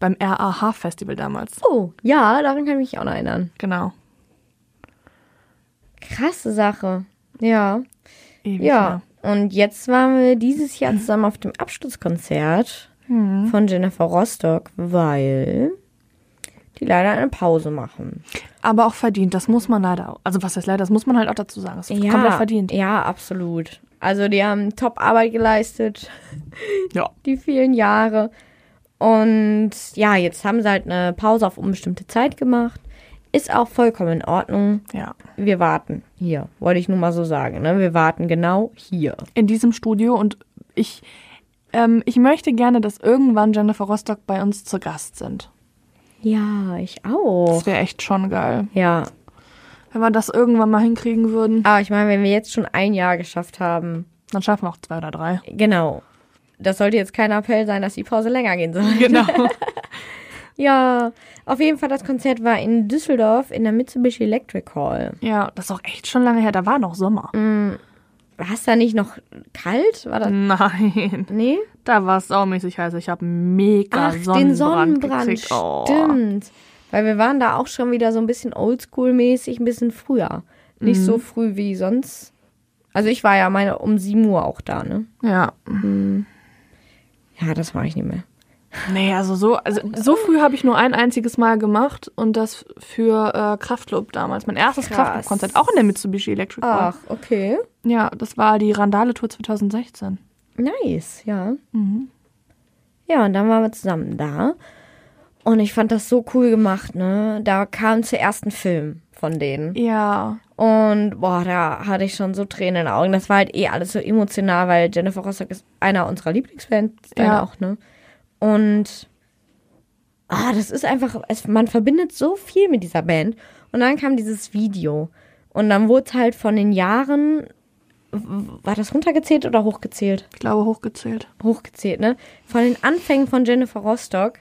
Beim RAH-Festival damals.
Oh, ja, daran kann ich mich auch noch erinnern.
Genau.
Krasse Sache. Ja,
Ewig
ja. Und jetzt waren wir dieses Jahr zusammen auf dem Abschlusskonzert
Hm.
von Jennifer Rostock, weil die leider eine Pause machen.
Aber auch verdient, das muss man leider auch. Also was heißt leider, das muss man halt auch dazu sagen. Das ist komplett verdient.
Ja, absolut. Also die haben Top-Arbeit geleistet.
Ja.
die vielen Jahre. Und ja, jetzt haben sie halt eine Pause auf unbestimmte Zeit gemacht. Ist auch vollkommen in Ordnung.
Ja.
Wir warten hier, wollte ich nur mal so sagen. Ne? Wir warten genau hier.
in diesem Studio und ich, ähm, ich möchte gerne, dass irgendwann Jennifer Rostock bei uns zu Gast sind.
Ja, ich auch.
Das wäre echt schon geil.
Ja,
Wenn wir das irgendwann mal hinkriegen würden,
aber ich meine, wenn wir jetzt schon ein Jahr geschafft haben,
dann schaffen wir auch zwei oder drei.
genau. Das sollte jetzt kein Appell sein, dass die Pause länger gehen soll.
Genau.
Ja, auf jeden Fall, das Konzert war in Düsseldorf in der Mitsubishi Electric Hall.
(laughs) ja, das ist auch echt schon lange her. Da war noch Sommer.
Mhm. War es da nicht noch kalt? War das.
Nein,
Nee?
da war es saumäßig heiß. Ich habe mega
Ach,
Sonnenbrand
den Sonnenbrand,
gekriegt. Oh.
stimmt. Weil wir waren da auch schon wieder so ein bisschen oldschool-mäßig, ein bisschen früher. Nicht
Mhm.
so früh wie sonst. Also ich war ja meine um 7 Uhr auch da, ne?
Ja,
Ja, das war ich nicht mehr.
Nee, also so, also so früh habe ich nur ein einziges Mal gemacht und das für äh, Kraftclub damals. Mein erstes
Krass.
Kraftclub-Konzert, auch in der Mitsubishi Electric Bar.
Ach, okay.
Ja, das war die Randale-Tour 2016.
Nice, ja.
Mhm.
Ja, und dann waren wir zusammen da. Und ich fand das so cool gemacht, ne? Da kam zuerst ein Film von denen.
Ja,
Und boah, da hatte ich schon so Tränen in den Augen. Das war halt eh alles so emotional, weil Jennifer Rostock ist einer unserer Lieblingsbands,
Ja.
ja. auch, ne? Und ah, das ist einfach, es, man verbindet so viel mit dieser Band. Und dann kam dieses Video. Und dann wurde es halt von den Jahren, w- war das runtergezählt oder hochgezählt?
ich glaube hochgezählt.
hochgezählt, ne? Von den Anfängen von Jennifer Rostock,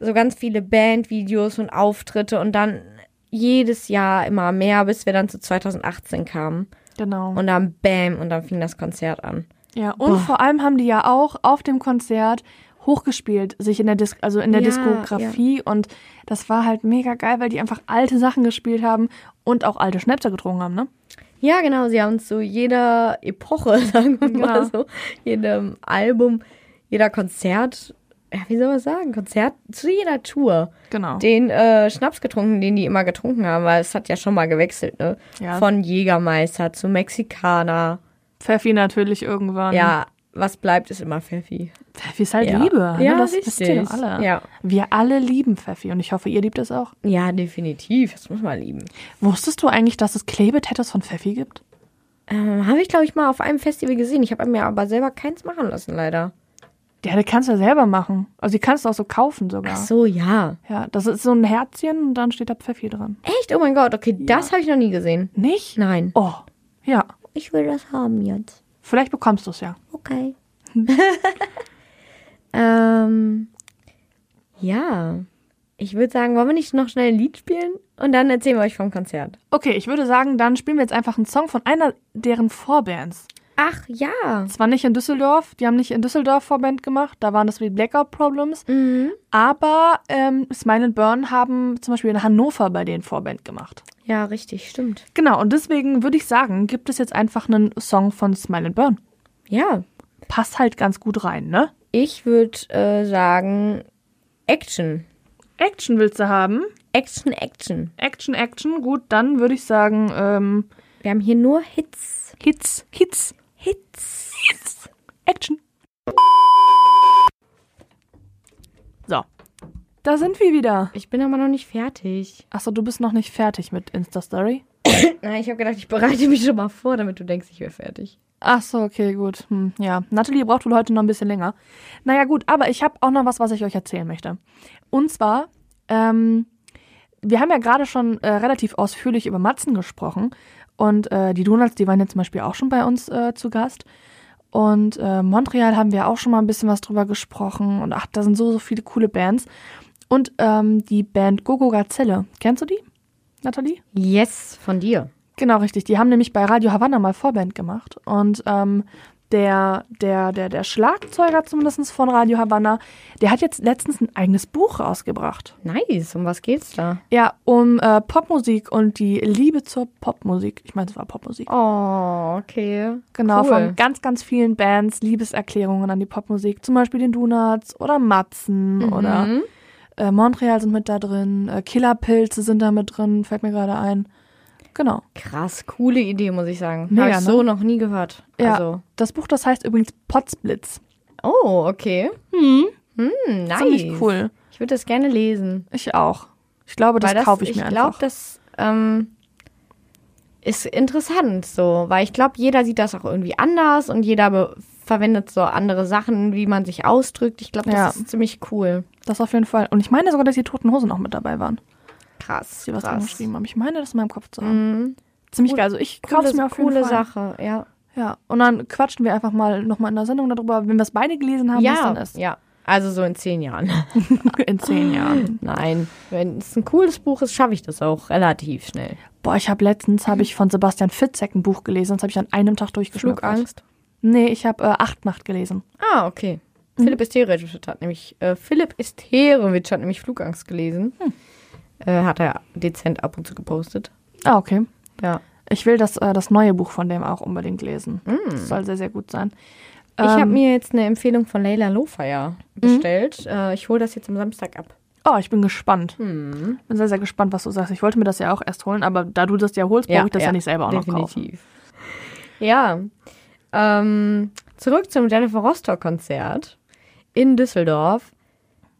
so ganz viele Bandvideos und Auftritte und dann jedes Jahr immer mehr, bis wir dann zu 2018 kamen.
Genau.
Und dann bam, und dann fing das Konzert an.
Ja, und vor allem haben die ja auch auf dem Konzert hochgespielt, sich in der Dis also in der
Ja,
Diskografie und das war halt mega geil, weil die einfach alte Sachen gespielt haben und auch alte Schnäpse getrunken haben, ne?
Ja, genau, sie haben zu jeder Epoche, (laughs) sagen wir
Ja.
mal so, jedem Album, jeder Konzert, ja, wie soll man sagen, Konzert, zu jeder Tour.
Genau.
den äh, Schnaps getrunken, den die immer getrunken haben, weil es hat ja schon mal gewechselt, ne?
Ja.
Von Jägermeister zu Mexikaner.
Pfeffi natürlich irgendwann.
Ja, was bleibt, ist immer Pfeffi.
Pfeffi ist halt
Mhm. Ja.
Liebe. ne?
Ja,
das wisst ihr doch
richtig.
alle.
Ja.
Wir alle lieben Pfeffi und ich hoffe, ihr liebt es auch.
Ja, definitiv. Das muss man lieben.
Wusstest du eigentlich, dass es Klebetattoos von Pfeffi gibt?
Ähm, habe ich, glaube ich, mal auf einem Festival gesehen. Ich habe mir aber selber keins machen lassen, leider.
Ja, die kannst du ja selber machen. Also die kannst du auch so kaufen sogar.
Ach so, ja.
Ja, das ist so ein Herzchen und dann steht da Pfeffi dran.
Echt? Oh mein Gott, okay, das habe ich noch nie gesehen.
Nicht?
Nein.
Oh, ja.
Ich will das haben jetzt.
Vielleicht bekommst du es ja.
Okay. ähm, ja. Ich würde sagen, wollen wir nicht noch schnell ein Lied spielen? Und dann erzählen wir euch vom Konzert.
Okay, ich würde sagen, dann spielen wir jetzt einfach einen Song von einer deren Vorbands.
Ach ja.
Zwar nicht in Düsseldorf, die haben nicht in Düsseldorf Vorband gemacht, da waren das wie Blackout Problems,
Mhm.
aber ähm, Smile and Burn haben zum Beispiel in Hannover bei denen Vorband gemacht.
Ja, richtig, stimmt.
Genau, und deswegen würde ich sagen, gibt es jetzt einfach einen Song von Smile and Burn.
Ja.
Passt halt ganz gut rein, ne?
Ich würde äh, sagen, Action.
Action willst du haben?
Action, Action.
Action, Action, gut, dann würde ich sagen, ähm,
Wir haben hier nur Hits.
Hits, Hits,
Hits.
Action. So. Da sind wir wieder.
Ich bin aber noch nicht fertig.
Achso, du bist noch nicht fertig mit Insta-Story?
(laughs) Nein, ich habe gedacht, ich bereite mich schon mal vor, damit du denkst, ich wäre fertig.
Achso, okay, gut. Hm, ja, Nathalie braucht wohl heute noch ein bisschen länger. Naja, gut, aber ich habe auch noch was, was ich euch erzählen möchte. Und zwar, ähm, wir haben ja gerade schon äh, relativ ausführlich über Matzen gesprochen. Und äh, die Donuts, die waren ja zum Beispiel auch schon bei uns äh, zu Gast. Und äh, Montreal haben wir auch schon mal ein bisschen was drüber gesprochen. Und ach, da sind so, so viele coole Bands. Und ähm, die Band Gogo Gazelle. Kennst du die, Nathalie?
Yes, von dir.
Genau, richtig. Die haben nämlich bei Radio Havanna mal Vorband gemacht. Und ähm, der, der, der, der Schlagzeuger zumindest von Radio Havanna, der hat jetzt letztens ein eigenes Buch rausgebracht.
Nice, um was geht's da?
Ja, um äh, Popmusik und die Liebe zur Popmusik. Ich meine, es war Popmusik.
Oh, okay.
Genau,
cool.
von ganz, ganz vielen Bands, Liebeserklärungen an die Popmusik. Zum Beispiel den Donuts oder Matzen
Mhm.
oder äh, Montreal sind mit da drin. Äh, Killerpilze sind da mit drin, fällt mir gerade ein. Genau.
Krass, coole Idee, muss ich sagen.
Mega,
Habe ich
ne?
so noch nie gehört.
Ja,
Also.
das Buch, das heißt übrigens Potsblitz.
Oh, okay. Hm, nice.
Ziemlich cool.
Ich würde das gerne lesen.
Ich auch. Ich glaube, das,
weil das
kaufe ich, mir
glaube,
einfach.
das ähm, ist interessant so, weil ich glaube, jeder sieht das auch irgendwie anders und jeder be- verwendet so andere Sachen, wie man sich ausdrückt. Ich glaube, das
Ja.
ist ziemlich cool.
Das auf jeden Fall. Und ich meine sogar, dass die Toten Hosen auch mit dabei waren, dass
Krass.
sie was
krass.
angeschrieben haben. Ich meine, das in meinem Kopf zu haben. Ziemlich
Cool.
geil. Also ich kaufe
Coole,
es mir auf jeden
coole
Fall.
Sache, ja.
Ja. Und dann quatschen wir einfach mal nochmal in der Sendung darüber, wenn wir es beide gelesen haben, was
Ja,
dann ist.
ja. Also so in zehn Jahren. (laughs)
(laughs) In zehn Jahren.
Nein, wenn es ein cooles Buch ist, schaffe ich das auch relativ schnell.
Boah, ich habe letztens habe ich von Sebastian Fitzek ein Buch gelesen, das habe ich an einem Tag durchgeschluckt.
Flugangst.
Nee, ich habe äh, Achtnacht gelesen.
Ah, okay. Philipp Esterewitsch hat nämlich, äh, Philipp Esterewitsch hat nämlich Flugangst gelesen. Äh, hat er dezent ab und zu gepostet.
Ah, okay.
Ja.
Hm. Ich will das, äh, das neue Buch von dem auch unbedingt lesen. Das soll sehr, sehr gut sein.
Ich habe mir jetzt eine Empfehlung von Leila Lofire bestellt. Äh, ich hole das jetzt am Samstag ab.
Oh, ich bin gespannt.
Hm.
Bin sehr, sehr gespannt, was du sagst. Ich wollte mir das ja auch erst holen, aber da du das ja holst, brauche ich das ja, nicht selber auch noch kaufen.
definitiv. Ja. Ähm, zurück zum Jennifer Rostock-Konzert in Düsseldorf.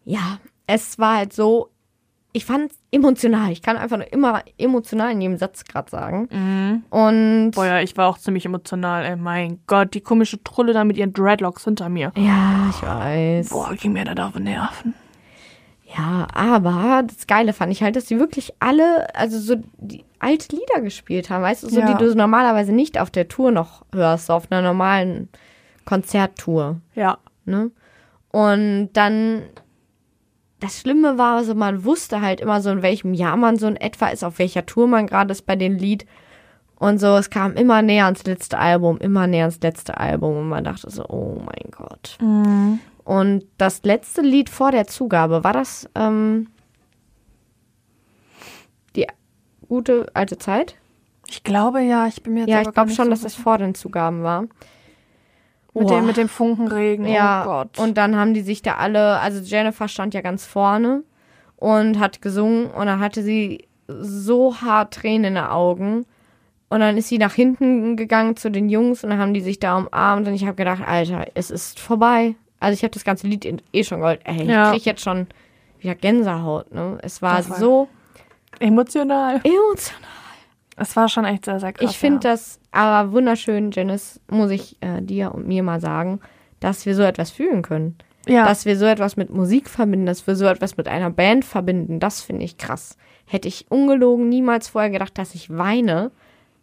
Ja, es war halt so, ich fand es emotional. Ich kann einfach nur immer emotional in jedem Satz gerade sagen. Und
Mhm. Boah, ja, ich war auch ziemlich emotional. Ey, mein Gott, die komische Trulle da mit ihren Dreadlocks hinter mir.
ja, ich weiß.
Boah, ging mir da auf den Nerven.
Ja, aber das Geile fand ich halt, dass die wirklich alle, also so die alte Lieder gespielt haben, weißt du, so
Ja.
die du normalerweise nicht auf der Tour noch hörst, so auf einer normalen Konzerttour,
Ja.
ne? Und dann das Schlimme war, also man wusste halt immer so, in welchem Jahr man so in etwa ist, auf welcher Tour man gerade ist bei dem Lied. Und so, es kam immer näher ans letzte Album, immer näher ans letzte Album. Und man dachte so, oh mein Gott.
Mhm.
Und das letzte Lied vor der Zugabe, war das ähm, die gute alte Zeit?
Ich glaube ja, ich bin mir jetzt
Ja,
aber
ich
gar
glaube
nicht
schon,
so
dass das vor den Zugaben war.
Mit
Boah.
dem, mit dem Funkenregen.
ja,
Oh Gott.
und dann haben die sich da alle, also Jennifer stand ja ganz vorne und hat gesungen und dann hatte sie so hart Tränen in den Augen. Und dann ist sie nach hinten gegangen zu den Jungs und dann haben die sich da umarmt und ich habe gedacht, Alter, es ist vorbei. Also ich habe das ganze Lied in- eh schon geholt. Ey,
Ja.
ich krieg jetzt schon wieder Gänsehaut, ne? Es war
Voll.
so
Emotional.
emotional.
Es war schon echt sehr, sehr krass.
Ich finde
ja.
das aber wunderschön, Janice, muss ich äh, dir und mir mal sagen, dass wir so etwas fühlen können.
ja.
Dass wir so etwas mit Musik verbinden, dass wir so etwas mit einer Band verbinden, das finde ich krass. Hätte ich ungelogen niemals vorher gedacht, dass ich weine,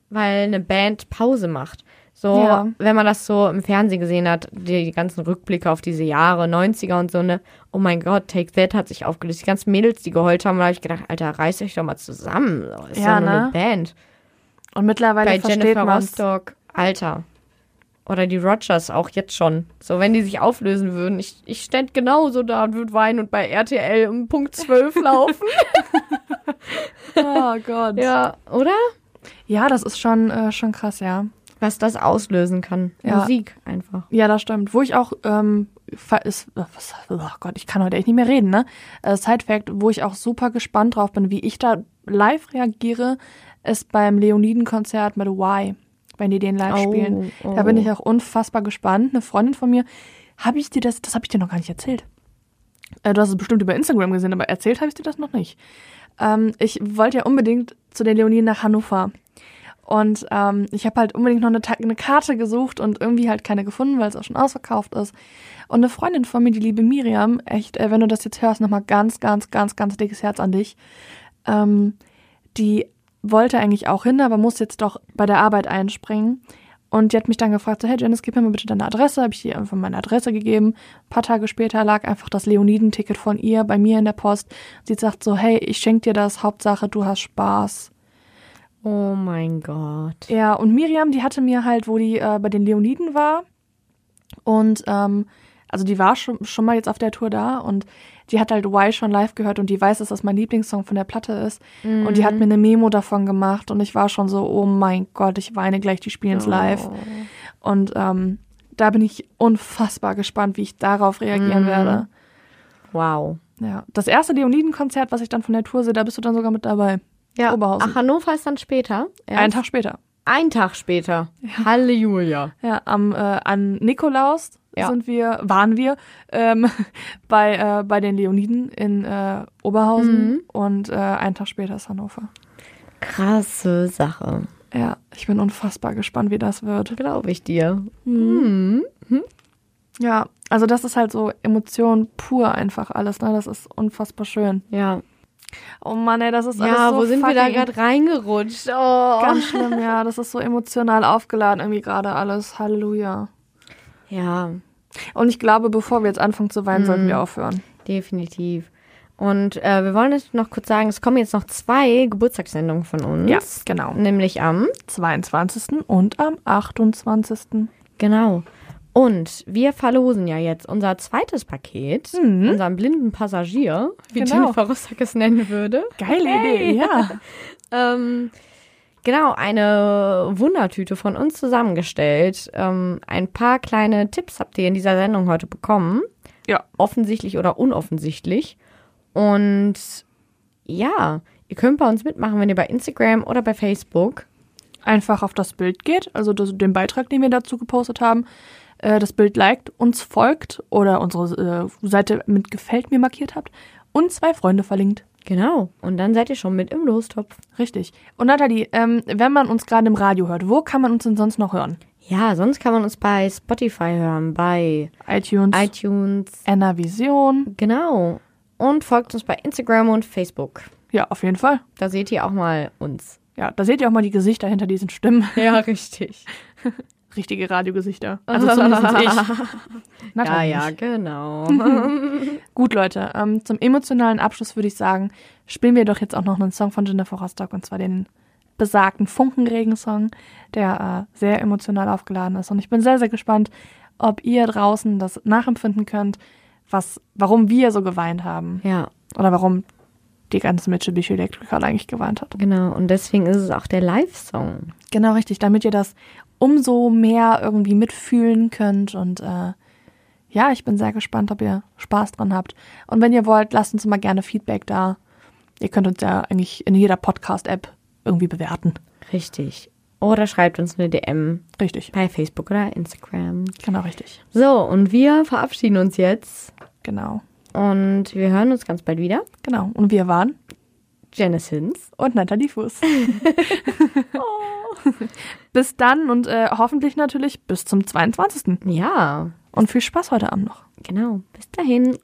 weil eine Band Pause macht. So,
Ja.
wenn man das so im Fernsehen gesehen hat, die, die ganzen Rückblicke auf diese Jahre, 90er und so, ne, oh mein Gott, Take That hat sich aufgelöst. Die ganzen Mädels, die geheult haben, da habe ich gedacht, Alter, reißt euch doch mal zusammen. So, ist
Ja,
ja, nur
ne?
eine Band
und mittlerweile
bei
versteht
Jennifer
man's.
Rostock, Alter. Oder die Rogers auch jetzt schon. So, wenn die sich auflösen würden, ich, ich ständ genauso da und würde weinen und bei RTL um Punkt 12 (laughs) laufen.
(laughs) Oh Gott. ja.
ja, oder?
ja, das ist schon, äh, schon krass, ja.
Was das auslösen kann.
Ja.
Musik einfach.
Ja, das stimmt. Wo ich auch, ähm, fa- ist, äh, was, oh Gott, ich kann heute echt nicht mehr reden, ne? Äh, Side Fact, wo ich auch super gespannt drauf bin, wie ich da live reagiere, ist beim Leoniden-Konzert mit Y, wenn die den live
Oh,
spielen. Da
oh.
bin ich auch unfassbar gespannt. Eine Freundin von mir, habe ich dir das, das habe ich dir noch gar nicht erzählt. Äh, du hast es bestimmt über Instagram gesehen, aber erzählt habe ich dir das noch nicht. Ähm, ich wollte ja unbedingt zu den Leoniden nach Hannover. Und ähm, ich habe halt unbedingt noch eine, Ta- eine Karte gesucht und irgendwie halt keine gefunden, weil es auch schon ausverkauft ist. Und eine Freundin von mir, die liebe Miriam, echt, äh, wenn du das jetzt hörst, nochmal ganz, ganz, ganz, ganz dickes Herz an dich. Ähm, die wollte eigentlich auch hin, aber muss jetzt doch bei der Arbeit einspringen. Und die hat mich dann gefragt, so, hey Janice, gib mir mal bitte deine Adresse. Habe ich ihr einfach meine Adresse gegeben. Ein paar Tage später lag einfach das Leoniden-Ticket von ihr bei mir in der Post. Sie sagt so, hey, ich schenke dir das, Hauptsache du hast Spaß.
Oh mein Gott.
Ja, und Miriam, die hatte mir halt, wo die äh, bei den Leoniden war. Und ähm, also die war schon, schon mal jetzt auf der Tour da und die hat halt Why schon live gehört und die weiß, dass das mein Lieblingssong von der Platte ist. Und die hat mir eine Memo davon gemacht und ich war schon so, oh mein Gott, ich weine gleich, die spielen's
Oh.
live. Und ähm, da bin ich unfassbar gespannt, wie ich darauf reagieren werde.
Wow.
Ja. Das erste Leoniden-Konzert, was ich dann von der Tour sehe, da bist du dann sogar mit dabei.
Ja,
Oberhausen.
Ach, Hannover ist dann später. Erst?
Einen Tag später.
Ein Tag später. Halleluja.
Ja, am, äh, an Nikolaus
Ja.
sind wir, waren wir ähm, (laughs) bei, äh, bei den Leoniden in äh, Oberhausen und äh, einen Tag später ist Hannover.
Krasse Sache.
Ja, ich bin unfassbar gespannt, wie das wird.
Glaube ich dir.
Ja, also das ist halt so Emotion pur einfach alles, ne? Das ist unfassbar schön.
Ja.
Oh Mann, ey, das ist alles
Ja,
so
wo sind wir da
fucking-
gerade reingerutscht?
(laughs)
Oh.
Ganz schlimm, ja. Das ist so emotional aufgeladen irgendwie gerade alles. Halleluja.
ja.
Und ich glaube, bevor wir jetzt anfangen zu weinen, sollten wir aufhören.
Definitiv. Und äh, wir wollen jetzt noch kurz sagen, es kommen jetzt noch zwei Geburtstagssendungen von uns.
Ja, genau.
Nämlich am.
22. und am 28.
Genau. Und wir verlosen ja jetzt unser zweites Paket, unseren blinden Passagier, wie
Mhm. Genau.
Jennifer Rostock es nennen würde.
Geile Idee, ja.
Ähm, Genau, eine Wundertüte von uns zusammengestellt. Ähm, ein paar kleine Tipps habt ihr in dieser Sendung heute bekommen.
Ja.
Offensichtlich oder unoffensichtlich. Und ja, ihr könnt bei uns mitmachen, wenn ihr bei Instagram oder bei Facebook
Einfach auf das Bild geht, also das, den Beitrag, den wir dazu gepostet haben, äh, das Bild liked, uns folgt oder unsere äh, Seite mit Gefällt mir markiert habt und zwei Freunde verlinkt.
Genau. Und dann seid ihr schon mit im Lostopf.
Richtig. Und Nathalie, ähm, wenn man uns gerade im Radio hört, wo kann man uns denn sonst noch hören?
Ja, sonst kann man uns bei Spotify hören, bei
iTunes,
iTunes.
Enervision.
Genau. Und folgt uns bei Instagram und Facebook.
Ja, auf jeden Fall.
Da seht ihr auch mal uns.
Ja, da seht ihr auch mal die Gesichter hinter diesen Stimmen. (laughs)
Ja, richtig.
Richtige Radiogesichter. Also zumindest
(laughs)
ich.
Ja,
Nathalie
ja, genau.
(laughs) Gut, Leute, ähm, zum emotionalen Abschluss würde ich sagen, spielen wir doch jetzt auch noch einen Song von Jennifer Rostock und zwar den besagten Funkenregen-Song, der äh, sehr emotional aufgeladen ist. Und ich bin sehr, sehr gespannt, ob ihr draußen das nachempfinden könnt, was, warum wir so geweint haben
ja,
oder warum die ganze Mitsubishi Electrical eigentlich geweint hat.
genau. Und deswegen ist es auch der Live-Song.
Genau, richtig, damit ihr das umso mehr irgendwie mitfühlen könnt und äh, ja, ich bin sehr gespannt, ob ihr Spaß dran habt. Und wenn ihr wollt, lasst uns mal gerne Feedback da. Ihr könnt uns ja eigentlich in jeder Podcast-App irgendwie bewerten.
Richtig. Oder schreibt uns eine DM
Richtig.
bei Facebook oder Instagram.
Genau, richtig.
So, und wir verabschieden uns jetzt.
Genau.
Und wir hören uns ganz bald wieder.
Genau. Und wir waren
Janice Hinz.
und Nathalie (laughs) Fuß. Oh. bis dann und äh, hoffentlich natürlich bis zum 22.
Ja,
Und viel Spaß heute Abend noch.
genau. Bis dahin.